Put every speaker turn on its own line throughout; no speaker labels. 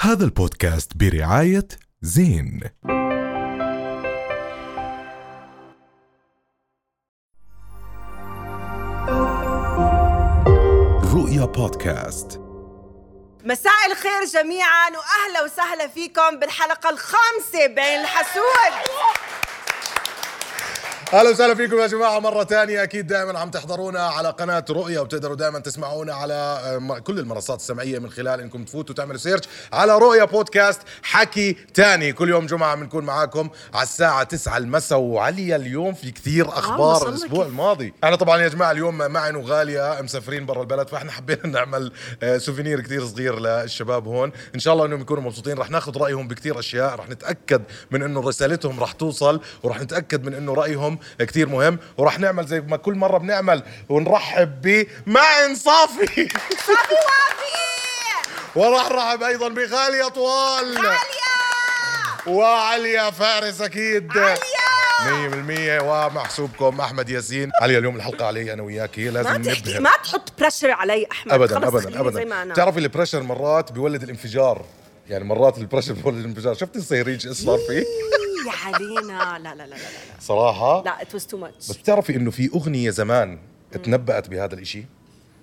هذا البودكاست برعاية زين رؤيا بودكاست
مساء الخير جميعا واهلا وسهلا فيكم بالحلقه الخامسه بين الحسود
اهلا وسهلا فيكم يا جماعه مره تانية اكيد دائما عم تحضرونا على قناه رؤيا وبتقدروا دائما تسمعونا على آه، م- كل المنصات السمعيه من خلال انكم تفوتوا تعملوا سيرش على رؤيا بودكاست حكي تاني كل يوم جمعه بنكون معاكم على الساعه 9 المساء وعليا اليوم في كثير اخبار
وصلنا
الاسبوع الماضي احنا طبعا يا جماعه اليوم معن وغاليه مسافرين برا البلد فاحنا حبينا نعمل آه، سوفينير كثير صغير للشباب هون ان شاء الله انهم يكونوا مبسوطين رح ناخذ رايهم بكثير اشياء رح نتاكد من انه رسالتهم رح توصل ورح نتاكد من انه رايهم كثير مهم ورح نعمل زي ما كل مره بنعمل ونرحب ب معن صافي
صافي وافي
وراح نرحب ايضا بغاليه طوال
عليا
وعليا فارس اكيد
عليا
مية بالمية ومحسوبكم أحمد ياسين علي اليوم الحلقة علي أنا وياكي لازم
ما تحكي
نبهر
ما تحط بريشر علي احمد
ابدا
خلص
ابدا
خليني زي ما
ابدا
انا
بتعرفي البريشر مرات بيولد الانفجار يعني مرات البريشر بيولد الانفجار شفتي الصهريج ايش صار فيه
إيه يا علينا لا لا لا لا لا
صراحه
لا ات واز تو ماتش
بس بتعرفي انه في اغنيه زمان تنبأت بهذا الاشي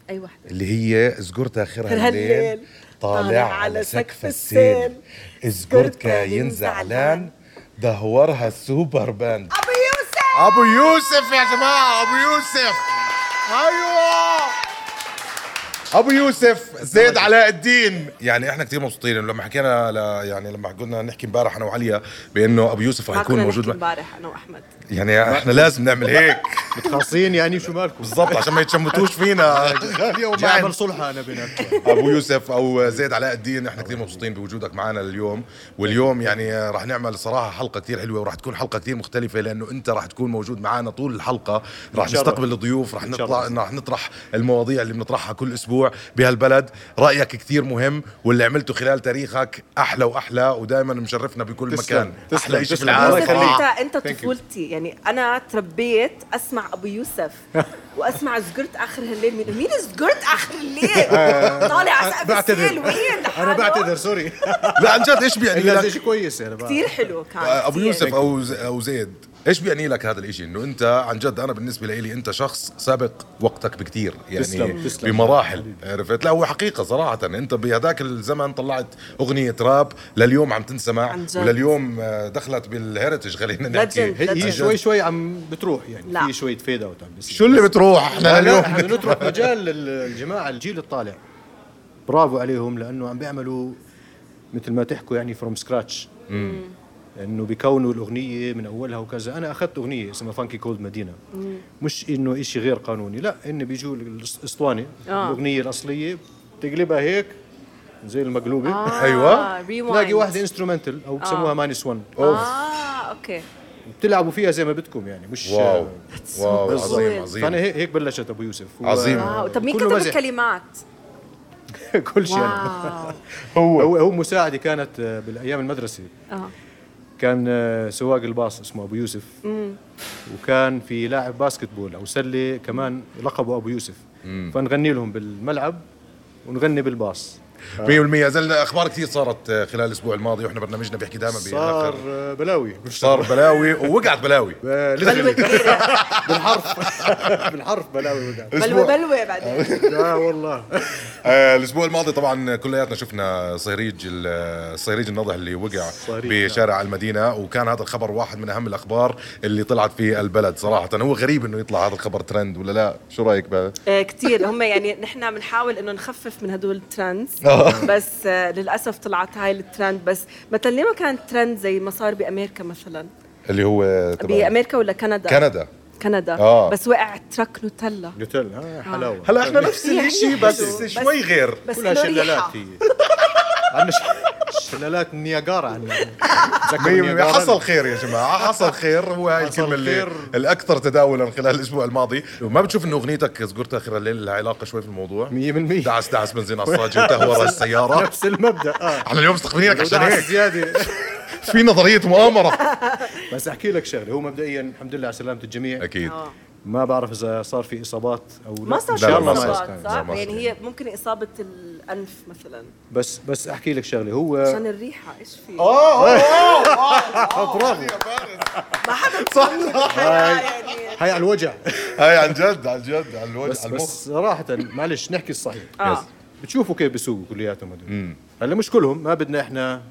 اي وحده
اللي هي زقرت اخرها
آخرها
الليل
الليل،
طالع على سقف السيل زقرتها ينزعلان دهورها السوبر باند
ابو يوسف
ابو يوسف يا جماعه ابو يوسف ايوه ابو يوسف زيد علاء الدين يعني احنا كثير مبسوطين لما حكينا ل... يعني لما قلنا نحكي امبارح انا وعليا بانه ابو يوسف رح
ما
يكون
كنا
موجود
نحكي
ب...
امبارح انا واحمد
يعني احنا لازم نعمل هيك
متخاصين يعني شو مالكم؟
بالضبط عشان ما يتشمتوش فينا غالية
جاي
ومعن.
اعمل صلح انا بيناتكم
ابو يوسف او زيد علاء الدين احنا كثير مبسوطين بوجودك معنا اليوم واليوم يعني راح نعمل صراحه حلقه كثير حلوه وراح تكون حلقه كثير مختلفه لانه انت راح تكون موجود معنا طول الحلقه راح
نتشرف.
نستقبل الضيوف راح نطلع
نتشرف.
راح نطرح المواضيع اللي بنطرحها كل اسبوع بهالبلد رايك كثير مهم واللي عملته خلال تاريخك احلى واحلى ودائما مشرفنا بكل
تسلم،
مكان
تسلم،
احلى شيء في
تسلم.
العالم
الله
يوسف
يخليك.
انت
صراحة.
انت طفولتي يعني انا تربيت اسمع ابو يوسف واسمع زقرت اخر الليل مين مين زقرت اخر الليل طالع على سقف السيل
آه، بعتذر
وين
انا
لحاله؟
بعتذر سوري
لا عن جد ايش بيعني
الا
لك
شيء كويس يعني انا بقى.
كثير حلو كان
آه،
ابو
كتير.
آه، يوسف او ز- او زيد ايش بيعني لك هذا الاشي انه انت عن جد انا بالنسبه لي انت شخص سابق وقتك بكثير يعني
تسلم، تسلم.
بمراحل عرفت لا هو حقيقه صراحه انت بهذاك الزمن طلعت اغنيه راب لليوم عم تنسمع
عن جد.
ولليوم آه، دخلت بالهيرتج خلينا
Legend.
نحكي
هي-
عن جد.
هي شوي شوي عم بتروح يعني
لا.
في شوية فيد اوت عم بيصير
شو اللي بتروح احنا
لا،
اليوم
احنا بدنا نترك مجال للجماعة الجيل الطالع برافو عليهم لانه عم بيعملوا مثل ما تحكوا يعني فروم سكراتش انه بيكونوا الاغنيه من اولها وكذا انا اخذت اغنيه اسمها فانكي كولد مدينه مش انه إشي غير قانوني لا ان بيجوا الاسطوانه
آه.
الاغنيه الاصليه تقلبها هيك زي المقلوبه آه.
ايوه
تلاقي
ريوايند
واحده انسترومنتال او بسموها
آه.
ماينس 1
اه اوكي
بتلعبوا فيها زي ما بدكم يعني مش
واو واو
بالضبط.
عظيم
فانا
عظيم
هيك هيك بلشت ابو يوسف و-
عظيم.
واو آه، طب مين
كله
كتب
مزح.
الكلمات؟
كل شيء أنا.
واو
هو هو مساعدي كانت آه، بالايام المدرسه
اه
كان آه، سواق الباص اسمه ابو يوسف وكان في لاعب باسكتبول او سله كمان لقبه ابو يوسف فنغني لهم بالملعب ونغني بالباص
100% زلنا اخبار كثير صارت آه، خلال الاسبوع الماضي واحنا برنامجنا بيحكي دائما
صار
بآخر
آه، بلاوي
صار بلاوي ووقعت بلاوي
آه، لسه
بلوه كبيره
بالحرف بالحرف بلاوي وقعت
بلوه بلوه بعدين
لا والله
آه، الاسبوع الماضي طبعا كلياتنا شفنا صهريج ال- الصهريج الناضح اللي وقع
صهريج،
بشارع المدينه وكان هذا الخبر واحد من اهم الاخبار اللي طلعت في البلد صراحه هو غريب انه يطلع هذا الخبر ترند ولا لا شو رايك بقى
كثير آه، هم يعني نحن بنحاول انه نخفف من هدول الترندز
آه.
بس آه، للاسف طلعت هاي الترند بس مثلا ليه ما كان ترند زي ما صار بامريكا مثلا
اللي هو تبع
بامريكا ولا كندا
كندا
كندا
آه.
بس وقع ترك نوتيلا
نوتيلا آه، حلاوه
هلا احنا نفس
يعني
الشيء
حلو،
بس
بس-
شوي غير
بس
كلها
له ريحة.
شلالات هي عندنا ش- شلالات نياجارا عندنا تذكر نياجارا؟
حصل خير يا جماعه يعني حصل خير وهي هاي
حصل
الكلمه اللي
خير.
الاكثر تداولا خلال الاسبوع الماضي وما بتشوف انه اغنيتك زقرت اخر الليل لها علاقه شوي في الموضوع
100%
دعس دعس بنزين على الصاج وتهور السياره
نفس المبدا اه
احنا اليوم مستقبلينك عشان
ودعس
هيك
زياده
في نظريه مؤامره
بس احكي لك شغله هو مبدئيا الحمد لله على سلامه الجميع
اكيد
آه.
ما بعرف اذا صار في اصابات او لا
ما صار
ان شاء
لا،
الله
ما صار.
ما
اصابات
يسكن.
لا،
صح
ما
يعني
صار.
هي ممكن اصابه ال- الانف مثلا
بس بس احكي لك شغله
آه.
هو
عشان الريحه ايش في
آه، برافو
ما حدا بتصمم
آه.
بالحياه يعني
هاي على الوجع
هاي آه، يعني عن جد عن جد على الوجه
بس
على المخ
بس صراحه معلش نحكي الصحيح
اه
بتشوفوا كيف بيسوقوا كلياتهم هدول هلا مش كلهم ما بدنا احنا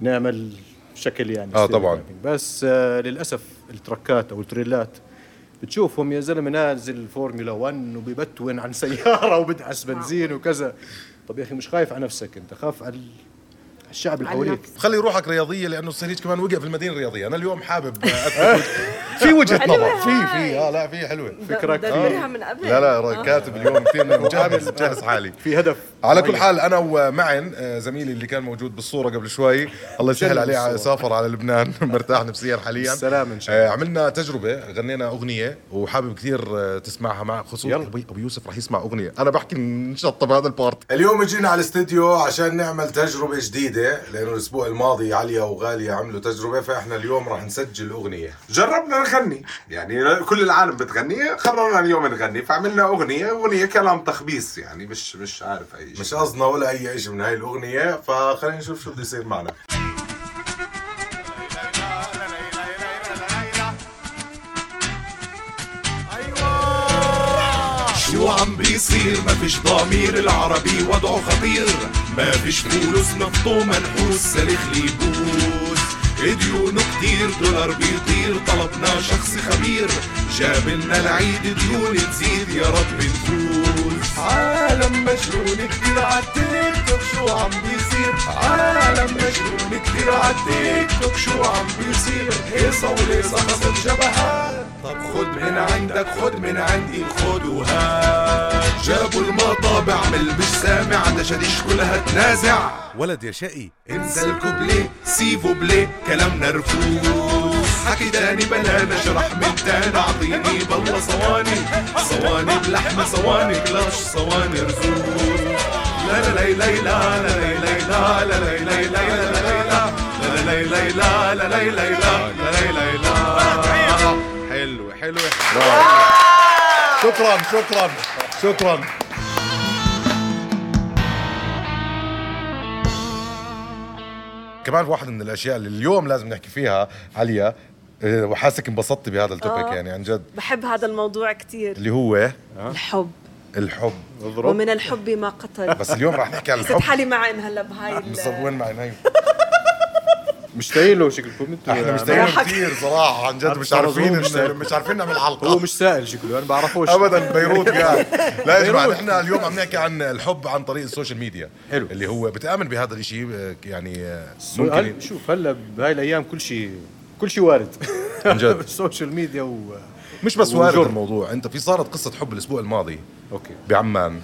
نعمل شكل يعني
آه، طبعاً.
stereotyping. بس آه للاسف التركات او التريلات بتشوفهم يا زلمه نازل فورمولا 1 وببتون عن سياره وبدعس بنزين وكذا طب يا اخي مش خايف على نفسك انت خاف على على الشعب اللي
على
حواليك
النفس.
خلي روحك رياضيه لانه السهريج كمان وقع في المدينه الرياضيه انا اليوم حابب أثبت وجه- في وجهه
حلوة
نظر في في
هاي.
اه لا في حلوه
فكرك.
مدبرها من قبل
لا لا
آه.
كاتب اليوم كثير مجهز مجهز حالي
في هدف
على كل
معين.
حال انا ومعن آه، زميلي اللي كان موجود بالصوره قبل شوي الله يسهل
جنن
عليه ع-
بالصورة.
سافر على لبنان مرتاح نفسيا حاليا
بالسلامة إن شاء
الله عملنا تجربه غنينا اغنيه وحابب كثير آه، تسمعها مع خصوصا
يلا.
ابو أبو يوسف رح يسمع اغنيه انا بحكي نشطب بهذا البارت اليوم جينا على الاستديو عشان نعمل تجربه جديده لانه الاسبوع الماضي عليا وغاليه عملوا تجربه فاحنا اليوم رح نسجل اغنيه
جربنا نغني يعني كل العالم بتغني قررنا اليوم نغني فعملنا اغنيه اغنيه كلام تخبيص يعني مش مش عارف اي شيء
مش قصدنا ولا اي شيء من هاي الاغنيه فخلينا نشوف شو بده يصير معنا
شو عم بيصير ما فيش ضمير العربي وضعه خطير ما فيش فلوس نفطه منحوس سلخ ليبوس ديونه كتير دولار بيطير طلبنا شخص خبير جاب لنا العيد ديون تزيد يا رب نفوز عالم مجنون كتير عالتيك توك شو عم بيصير عالم مجنون كتير عالتيك توك شو عم بيصير هيصة وليصة خصت جبهات طب خد من عندك خد من عندي خد وهات جابوا المطابع من اللي مش سامع ده شديش كلها تنازع
ولد يا شقي
انزل كوبليه سيفو بليه كلامنا رفوس حكي داني بلانا شرح من تانا اعطيني بالله صواني صواني بلحمة صواني كلاش صواني رفوس لا لا لا لا لا لا لا لا لا لا لا لا لا لا لا لا لا لا لا لا لا لا لا لا لا حلوة حلوة
شكرا شكرا شكرا كمان واحد من الاشياء اللي اليوم لازم نحكي فيها عليا آه، وحاسك انبسطت بهذا التوبيك يعني عن جد
بحب هذا الموضوع كثير
اللي هو
الحب
الحب
ومن الحب ما قتل
بس اليوم رح نحكي عن
حسيت
الحب
حالي معن هلا بهاي ال-
بالضبط وين معنا هي؟
مشتاقين له شكلكم انتوا
احنا
يا
مشتاقين
راحت.
كثير صراحه عن جد مش عارفين
مشتاق.
مش عارفين نعمل
عم. هو
حلقه
مش سائل شكله انا بعرفوش
ابدا بيروت قاعد لا يا جماعه
بيروت.
احنا اليوم عم نحكي عن الحب عن طريق السوشيال ميديا
حلو.
اللي هو بتامن بهذا الشيء آه، يعني آه، ممكن
ممكن شوف هلا بهاي الايام كل شيء كل شيء وارد
عن جد.
السوشيال ميديا و
مش بس وارد
وجر.
الموضوع انت في صارت قصه حب الاسبوع الماضي
اوكي
بعمان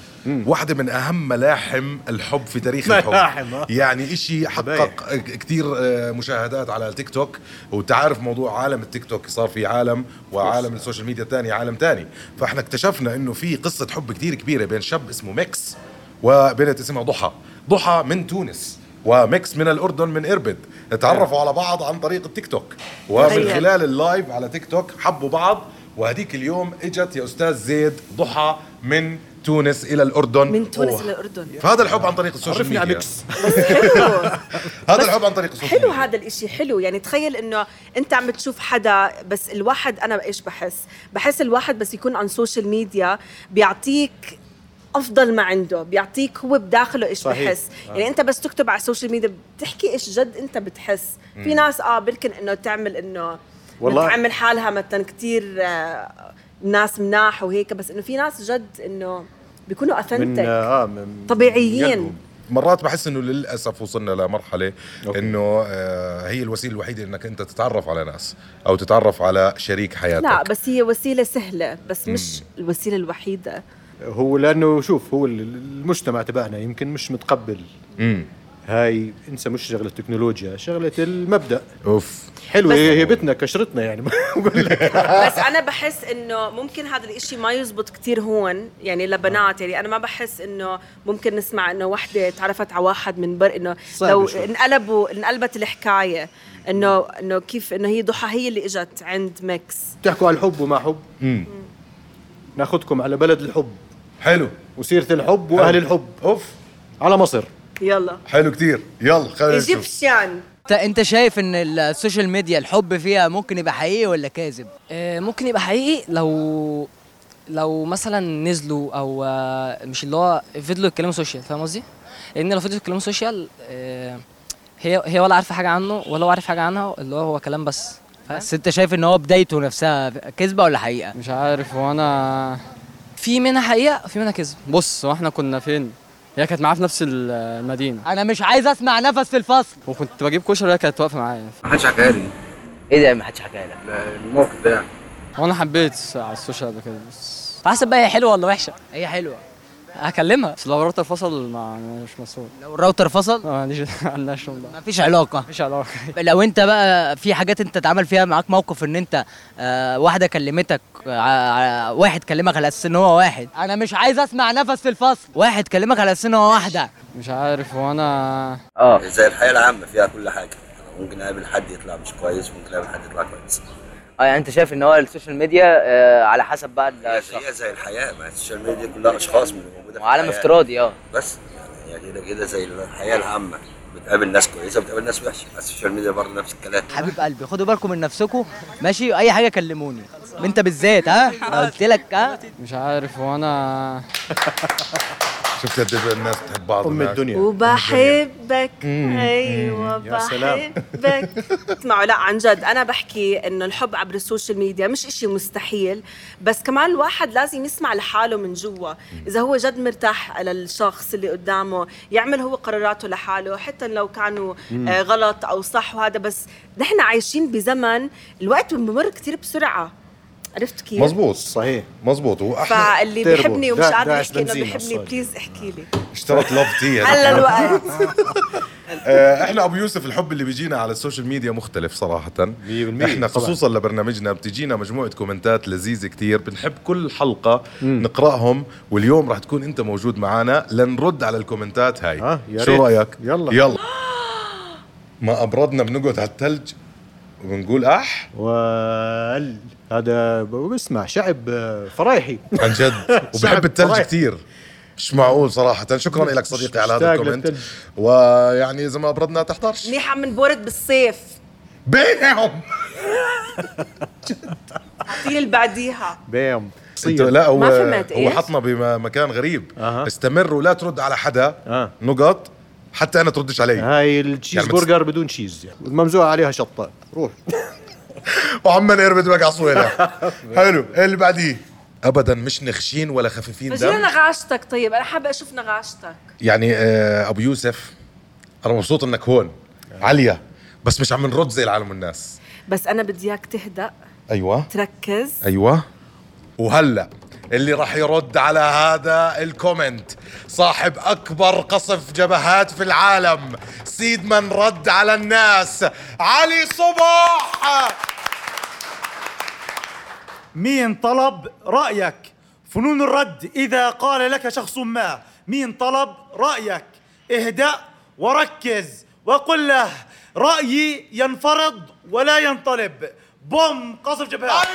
واحدة من أهم ملاحم الحب في تاريخ
ملاحم،
الحب
آه.
يعني إشي حقق كتير آه، مشاهدات على التيك توك وتعرف موضوع عالم التيك توك صار في عالم وعالم السوشيال ميديا تاني عالم تاني فإحنا اكتشفنا إنه في قصة حب كتير كبيرة بين شاب اسمه ميكس وبنت اسمها ضحى ضحى من تونس وميكس من الاردن من اربد تعرفوا على بعض عن طريق التيك توك ومن
تخيل.
خلال خلال اللايف على تيك توك حبوا بعض وهديك اليوم اجت يا استاذ زيد ضحى من تونس الى الاردن
من تونس
أوه.
للاردن
فهذا الحب عن طريق السوشيال
عرفني
ميديا
على ميكس
حلو
هذا الحب عن طريق السوشيال
حلو
ميديا
هذا الاشي حلو يعني تخيل انه انت عم بتشوف حدا بس الواحد انا ايش بحس بحس الواحد بس يكون عن سوشيال ميديا بيعطيك افضل ما عنده بيعطيك هو بداخله ايش
صحيح. آه.
بحس يعني انت بس تكتب على السوشيال ميديا بتحكي ايش جد انت بتحس في ناس اه بلكن انه تعمل انه
والله.
والله تعمل حالها مثلا كثير ناس مناح وهيك بس انه في ناس جد انه بيكونوا
من
اثنتك
اه من
طبيعيين.
قلبهم.
مرات بحس انه للاسف وصلنا لمرحله
أوكي.
انه آه، هي الوسيله الوحيده انك انت تتعرف على ناس او تتعرف على شريك حياتك
لا بس هي وسيله سهله بس مش الوسيله الوحيده
هو لانه شوف هو ال- المجتمع تبعنا يمكن مش متقبل
مم.
هاي انسى مش شغله تكنولوجيا شغله المبدا
اوف
حلوه
بس-
هي هيبتنا كشرتنا يعني بقول لك
بس انا بحس انه ممكن هذا الاشي ما يزبط كتير هون يعني لبنات يعني انا ما بحس انه ممكن نسمع انه وحده تعرفت على واحد من بر انه
صعب
لو
شوي.
انقلبوا انقلبت الحكايه انه انه كيف انه هي ضحى هي اللي اجت عند ميكس
بتحكوا على الحب وما حب ناخذكم على بلد الحب
حلو
وسيره الحب واهل الحب
اوف
على مصر
يلا
حلو كتير يلا خلينا نشوف
ايجيبشن
انت انت شايف ان السوشيال ميديا الحب فيها ممكن يبقى حقيقي ولا كاذب
آه، ممكن يبقى حقيقي لو لو مثلا نزلوا او آه، مش اللي هو فضلوا يتكلموا سوشيال فاهم قصدي؟ لان لو فضلوا يتكلموا سوشيال آه، هي هي ولا عارفه حاجه عنه ولا هو عارف حاجه عنها اللي هو هو كلام بس فاهم؟
بس انت شايف ان هو بدايته نفسها كذبه ولا حقيقه
مش عارف هو انا
في منها حقيقه وفي منها كذب
بص هو احنا كنا فين هي كانت معايا في نفس ال- المدينه
انا مش عايز اسمع نفس في الفصل
وكنت بجيب كشري وهي كانت واقفه معايا
ايه ده ما حدش حكى لك
وانا حبيت على السوشيال قبل كده بس
على حسب بقى هي حلوه ولا وحشه
هي حلوه
هكلمها
بس لو رحت الفصل ما مش مسؤول
لو الراوتر فصل
ما عنديش ما عندناش والله
مفيش علاقه
مفيش علاقه
لو انت بقى في حاجات انت اتعمل فيها معاك موقف ان انت آه واحده كلمتك آه ع- واحد كلمك على اساس ان هو واحد انا مش عايز اسمع نفس في الفصل واحد كلمك على اساس ان هو واحده
مش عارف هو انا
اه،
زي الحياه العامه فيها كل حاجه ممكن اقابل حد يطلع مش كويس وممكن اقابل حد يطلع كويس
اه يعني انت شايف ان هو السوشيال ميديا آه، على حسب بقى
هي هي زي الحياه ما السوشيال ميديا دي كلها اشخاص من موجوده في الحياة.
اه
بس يعني هي كده كده زي الحياه العامه بتقابل ناس كويسه بتقابل ناس وحشه على السوشيال ميديا برضه نفس الكلام
حبيب قلبي خدوا بالكم من نفسكم ماشي اي حاجه كلموني انت بالذات ها انا قلت لك ها
مش عارف هو انا
شفت قد إيه الناس بتحب بعض
ام
هناك.
الدنيا
وبحبك ايوه
يا سلام.
بحبك اسمعوا لا عن جد انا بحكي انه الحب عبر السوشيال ميديا مش إشي مستحيل بس كمان الواحد لازم يسمع لحاله من جوا اذا هو جد مرتاح للشخص اللي قدامه يعمل هو قراراته لحاله حتى لو كانوا آه غلط او صح وهذا بس نحن عايشين بزمن الوقت بمر كتير بسرعه عرفت كيف
مزبوط
صحيح
مزبوط هو احنا
فاللي
تربو.
بيحبني ومش
دا-
قادر
داعس
يحكي انه
بنزين
بيحبني
أصلاً.
بليز احكي لي
اشترت لوف تي
هلا الوقت
آه، احنا ابو يوسف الحب اللي بيجينا على السوشيال ميديا مختلف صراحه
100%
احنا
طبعاً.
خصوصا لبرنامجنا بتجينا مجموعه كومنتات لذيذه كتير بنحب كل حلقه نقراهم واليوم رح تكون انت موجود معنا لنرد على الكومنتات هاي
آه، يا
شو
ريت.
رايك
يلا.
يلا ما ابردنا بنقعد على الثلج وبنقول آه، اح
وال هذا ب- بسمع شعب آه، فرايحي
عن جد وبحب
شعب
الثلج
طريق.
كتير مش معقول صراحة شكرا لك صديقي على هذا
مشتاق
الكومنت
للثلج.
ويعني إذا ما أبردنا تحترش
منيح عم نبورد بالصيف
بينهم
اعطيني اللي بعديها
بام
انت لا هو
ما فهمت
هو
إيش؟
حطنا بمكان غريب
أها.
استمر ولا ترد على حدا
آه.
نقط حتى انا تردش علي
هاي التشيز
يعني بتس-
برجر بدون تشيز يعني والممزوعه عليها شطه روح
وعمال اربد بقى على صويلة حلو إيه اللي بعديه ابدا مش نخشين ولا خفيفين
فجينا
دم
نغاشتك طيب انا حابه اشوف نغاشتك
يعني آه، ابو يوسف انا مبسوط انك هون
آه.
عليا بس مش عم نرد زي العالم والناس
بس انا بدي اياك تهدأ أيوة.
ايوه
تركز
ايوه وهلا اللي راح يرد على هذا الكومنت صاحب اكبر قصف جبهات في العالم سيد من رد على الناس علي صباح
مين طلب رأيك فنون الرد إذا قال لك شخص ما مين طلب رأيك اهدأ وركز وقل له رأيي ينفرض ولا ينطلب بوم قصف جبهات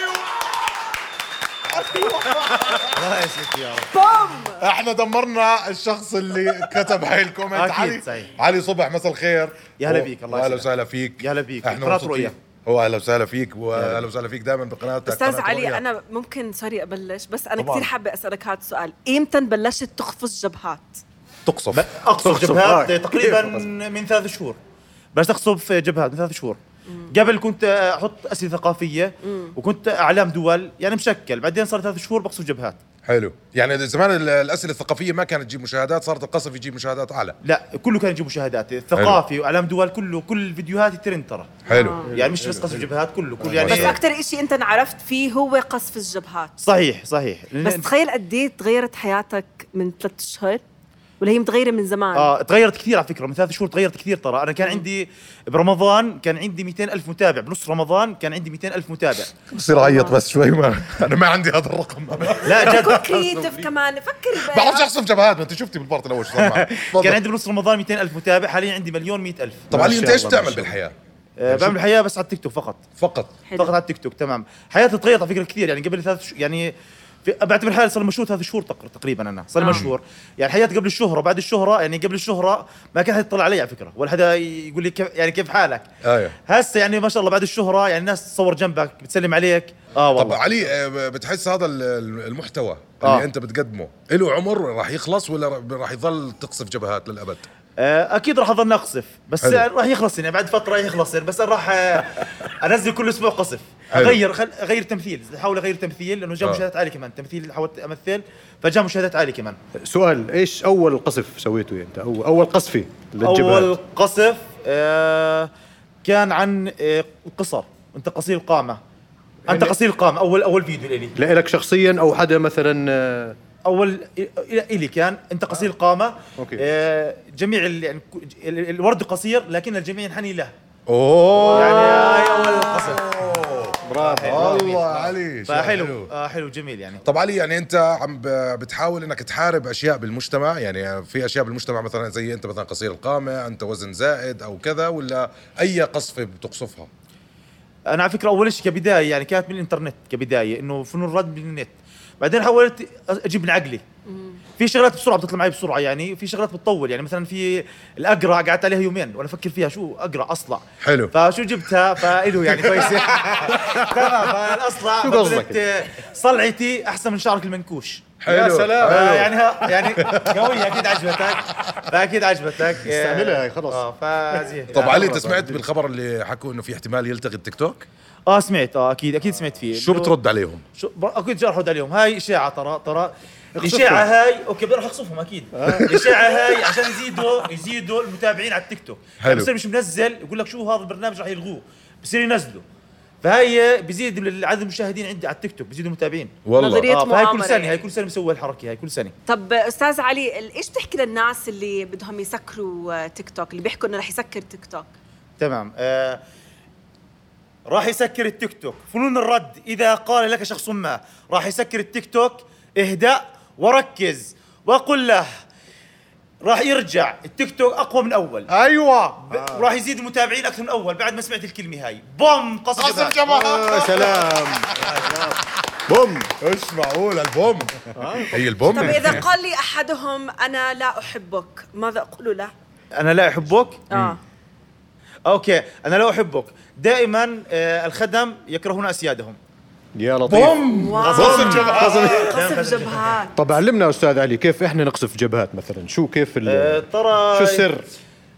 احنا دمرنا الشخص اللي كتب هاي الكومنت
أكيد
علي
صحيح.
علي صبح مساء الخير
يا هلا
و-
بيك، الله
واهلا
يسلمك.
وسهلا فيك
يا هلا بيك،
احنا
قناة
مبسوطين.
رؤيا.
واهلا وسهلا فيك واهلا وسهلا فيك دائما بقناتك
استاذ
قناة
علي
رؤيا.
انا ممكن سوري ابلش بس انا
طبعاً.
كثير حابه اسالك هذا السؤال ايمتى بلشت تقفز جبهات
تقصف
اقصف
آه.
جبهات تقريبا من ثلاث شهور بس اقصف جبهات من ثلاث شهور قبل كنت احط اسئله ثقافيه وكنت اعلام دول يعني مشكل بعدين صار ثلاث شهور بقصف جبهات
حلو يعني زمان ال- الاسئله الثقافيه ما كانت تجيب مشاهدات صارت القصف يجيب مشاهدات اعلى
لا كله كان يجيب مشاهدات ثقافي واعلام دول كله كل فيديوهاتي ترند ترى
حلو آه، طيب.
يعني مش بس قصف جبهات كله كله
بس
يعني
اكثر شيء انت انعرفت فيه هو قصف الجبهات
صحيح صحيح
بس تخيل قد ايه تغيرت حياتك من ثلاث اشهر ولا هي متغيره من زمان
اه تغيرت كثير على فكره من ثلاث شهور تغيرت كثير ترى انا كان عندي برمضان كان عندي 200 الف متابع بنص رمضان كان عندي 200 الف متابع
بصير اعيط بس شوي ما انا ما عندي هذا الرقم
لا جد
كن كرييتيف كمان فكر بقى.
بعرفش اقصف جبهات ما انت شفتي بالبارت الاول شو صار معي. تفضل.
كان عندي بنص رمضان 200 الف متابع حاليا عندي مليون 100 الف
طب
ما
علي انت
شاء
ايش
الله، ما
تعمل
شاء
بالحياه؟
آه بعمل حياه بس على التيك توك فقط
فقط
حلو.
فقط على التيك توك تمام حياتي تغيرت على فكره كثير يعني قبل ثلاث ش... يعني في بعتبر حالي صار لي مشهور ثلاث شهور تق- تقريبا انا صار لي
آه.
مشهور يعني حياتي قبل الشهره بعد الشهره يعني قبل الشهره ما كان حد يطلع علي على فكره ولا حدا يقول لي كيف يعني كيف حالك
ايوه
هسه يعني ما شاء الله بعد الشهره يعني الناس تصور جنبك بتسلم عليك اه والله
طب علي آه، بتحس هذا ال- ال- المحتوى
آه.
اللي انت بتقدمه له عمر راح يخلص ولا راح يضل تقصف جبهات للابد
آه، اكيد راح اضل اقصف بس
حلو.
حلو. راح يخلص يعني بعد فتره يخلص يعني بس أنا راح آه، انزل كل اسبوع قصف
حلو.
اغير خل... اغير تمثيل احاول اغير تمثيل لانه جاب
آه.
مشاهدات عاليه كمان تمثيل حاولت امثل فجاء مشاهدات عاليه كمان
سؤال ايش اول قصف سويته انت او اول قصفه للجبهه
اول قصف آه، كان عن آه، القصر انت قصير القامه انت
يعني-
قصير القامه اول اول فيديو لي
لك شخصيا او حدا مثلا آه،
اول الي كان انت قصير القامه
أوكي.
آه، جميع ال- يعني ك- ال- الورد قصير لكن الجميع ينحني له
اوه
يعني هاي اول قصف
برافو الله أيوة علي شو
فحلو آه حلو جميل يعني
طب علي يعني انت عم ب- بتحاول انك تحارب اشياء بالمجتمع يعني في اشياء بالمجتمع مثلا زي انت مثلا قصير القامه انت وزن زائد او كذا ولا اي قصفه بتقصفها
انا على فكره اول شيء كبدايه يعني كانت من الانترنت كبدايه انه فنون الرد من النت بعدين حاولت اجيب من عقلي في شغلات بسرعه بتطلع معي بسرعه يعني في شغلات بتطول يعني مثلا في الاقرع قعدت عليها يومين وانا افكر فيها شو اقرع اصلع
حلو
فشو جبتها فإله يعني كويسه تمام فالاصلع
شو قصدك؟
فقلت صلعتي احسن من شعرك المنكوش
حلو
يا سلام.
آه، يعني ها- يعني قويه اكيد عجبتك فاكيد عجبتك
استعملها هاي، خلص.
اه فزي
طب علي انت سمعت بالخبر اللي حكوا انه في احتمال يلتغي التيك توك
اه سمعت اه اكيد اكيد سمعت فيه
شو
إنه-
بترد عليهم
شو ب- اكيد جرحوا ده اليوم هاي اشاعه ترى ترى آه.
اخصفهم.
الاشاعه هاي اوكي بدي راح اخصفهم اكيد الاشاعه هاي عشان يزيدوا يزيدوا المتابعين على التيك توك
حلو.
يعني بصير مش منزل يقول لك شو هذا البرنامج راح يلغوه بصير ينزله فهي بزيد عدد المشاهدين عندي على التيك توك بزيدوا المتابعين
والله
نظرية-
اه فهي كل
مؤامرة
سنه
يعني.
هاي كل سنه مسوي الحركه هاي كل سنه
طب استاذ علي ال- ايش بتحكي للناس اللي بدهم يسكروا آه، تيك توك اللي بيحكوا انه رح يسكر تيك توك
تمام آه راح يسكر التيك توك فنون الرد اذا قال لك شخص ما راح يسكر التيك توك اهدأ وركز وقل له راح يرجع التيك توك اقوى من اول
ايوه
ب- وراح يزيد المتابعين اكثر من اول بعد ما سمعت الكلمه هاي بوم قصف جبهة.
يا سلام بوم
مش معقول البوم هي البوم
طب اذا قال لي احدهم انا لا احبك ماذا اقول له
انا لا احبك
اه
اوكي انا لا احبك دائما آه الخدم يكرهون اسيادهم
يا لطيف
واو.
قصف جبهات.
قصف جبهات
طب علمنا استاذ علي كيف احنا نقصف جبهات مثلا شو كيف
آه
ال-
ترى
شو السر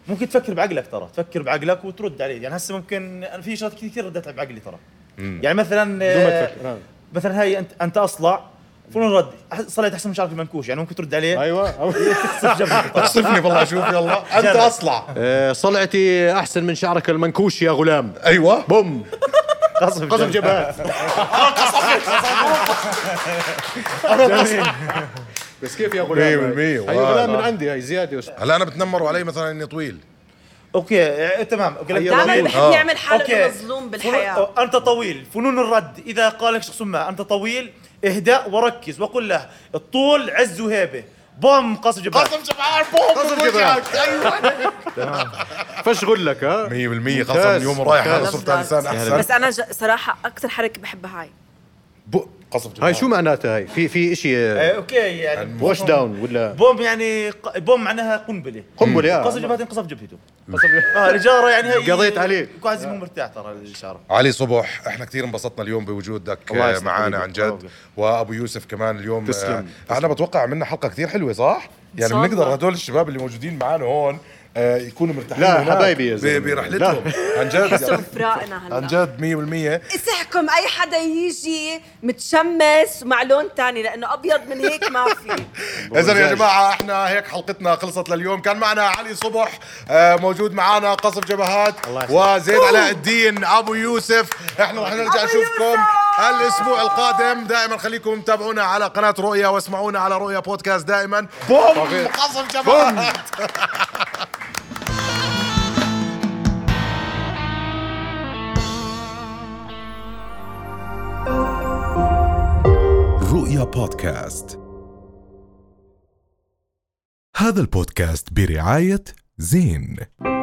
ممكن تفكر بعقلك ترى تفكر بعقلك وترد عليه يعني هسه ممكن انا في شغلات كثير ردت علي بعقلي ترى يعني مثلا
بدون ما
آه،
تفكر. آه.
مثلا هاي انت انت اصلع فلان رد أح- صليت احسن من شعرك المنكوش يعني ممكن ترد عليه
ايوه
تخسف جبهتك طبعاً.
اقصفني والله شوف يلا انت
جرب.
اصلع
آه، صلعتي احسن من شعرك المنكوش يا غلام
ايوه
بوم
قصف
قصف جبهات انا قصف بس كيف يا غلام
مية بالمية،
هاي
والله.
غلام من عندي هاي زياده يا أستاذ.
هلا انا بتنمروا علي مثلا اني طويل
اوكي آه، تمام اوكي
أيوة،
لك
دائما
طويل.
بحب
آه.
يعمل حاله
أوكي.
إنه مظلوم
فنون-
بالحياه
أو- انت طويل فنون الرد اذا قال لك شخص ما انت طويل اهدأ وركز وقل له الطول عز وهيبه بوم قصف جبهات
قصف جبهات فشغل لك ها
100% قسم
ممتاز.
اليوم رايح انا
ممتاز.
صرت انسان احسن
بس انا ج- صراحه اكثر حركه بحبها هاي
بق قصف جبهات
هاي شو معناتها هاي في في شيء
إيه.
آه، اوكي يعني
واش داون ولا
بوم يعني ق- بوم معناها قنبله
قنبله يا
قصف جبهات انقصف جبهته اه الإجارة يعني هي
آه. قضيت عليه.
كويس مو مرتاح ترى الإجارة
علي صبح احنا كثير انبسطنا اليوم بوجودك
الله
آه،
يسلمك
معانا
حبيبي.
عن جد
حبيبي.
وابو يوسف كمان اليوم
تسلم.
آه، انا بتوقع عملنا حلقه كثير حلوه صح؟ يعني
شاء الله.
بنقدر هدول الشباب اللي موجودين معانا هون آه، يكونوا مرتاحين
لا،
هناك
حبايبي يا زلمة.
ب- برحلتهم عن
حسوا
جد
بفراقنا هلا
عن جد 100%
اسحكم اي حدا يجي متشمس مع لون تاني لانه ابيض من هيك ما في
اذا يا
زاج.
جماعه احنا هيك حلقتنا خلصت لليوم كان معنا علي صبح آه، موجود معنا قصف جبهات وزيد علاء الدين ابو يوسف احنا رح نرجع
أبو
نشوفكم
يوسف!
الاسبوع القادم دائما خليكم تابعونا على قناه رؤيا واسمعونا على رؤيا بودكاست دائما بوم قصف جبهات
رؤيا بودكاست هذا البودكاست برعاية زين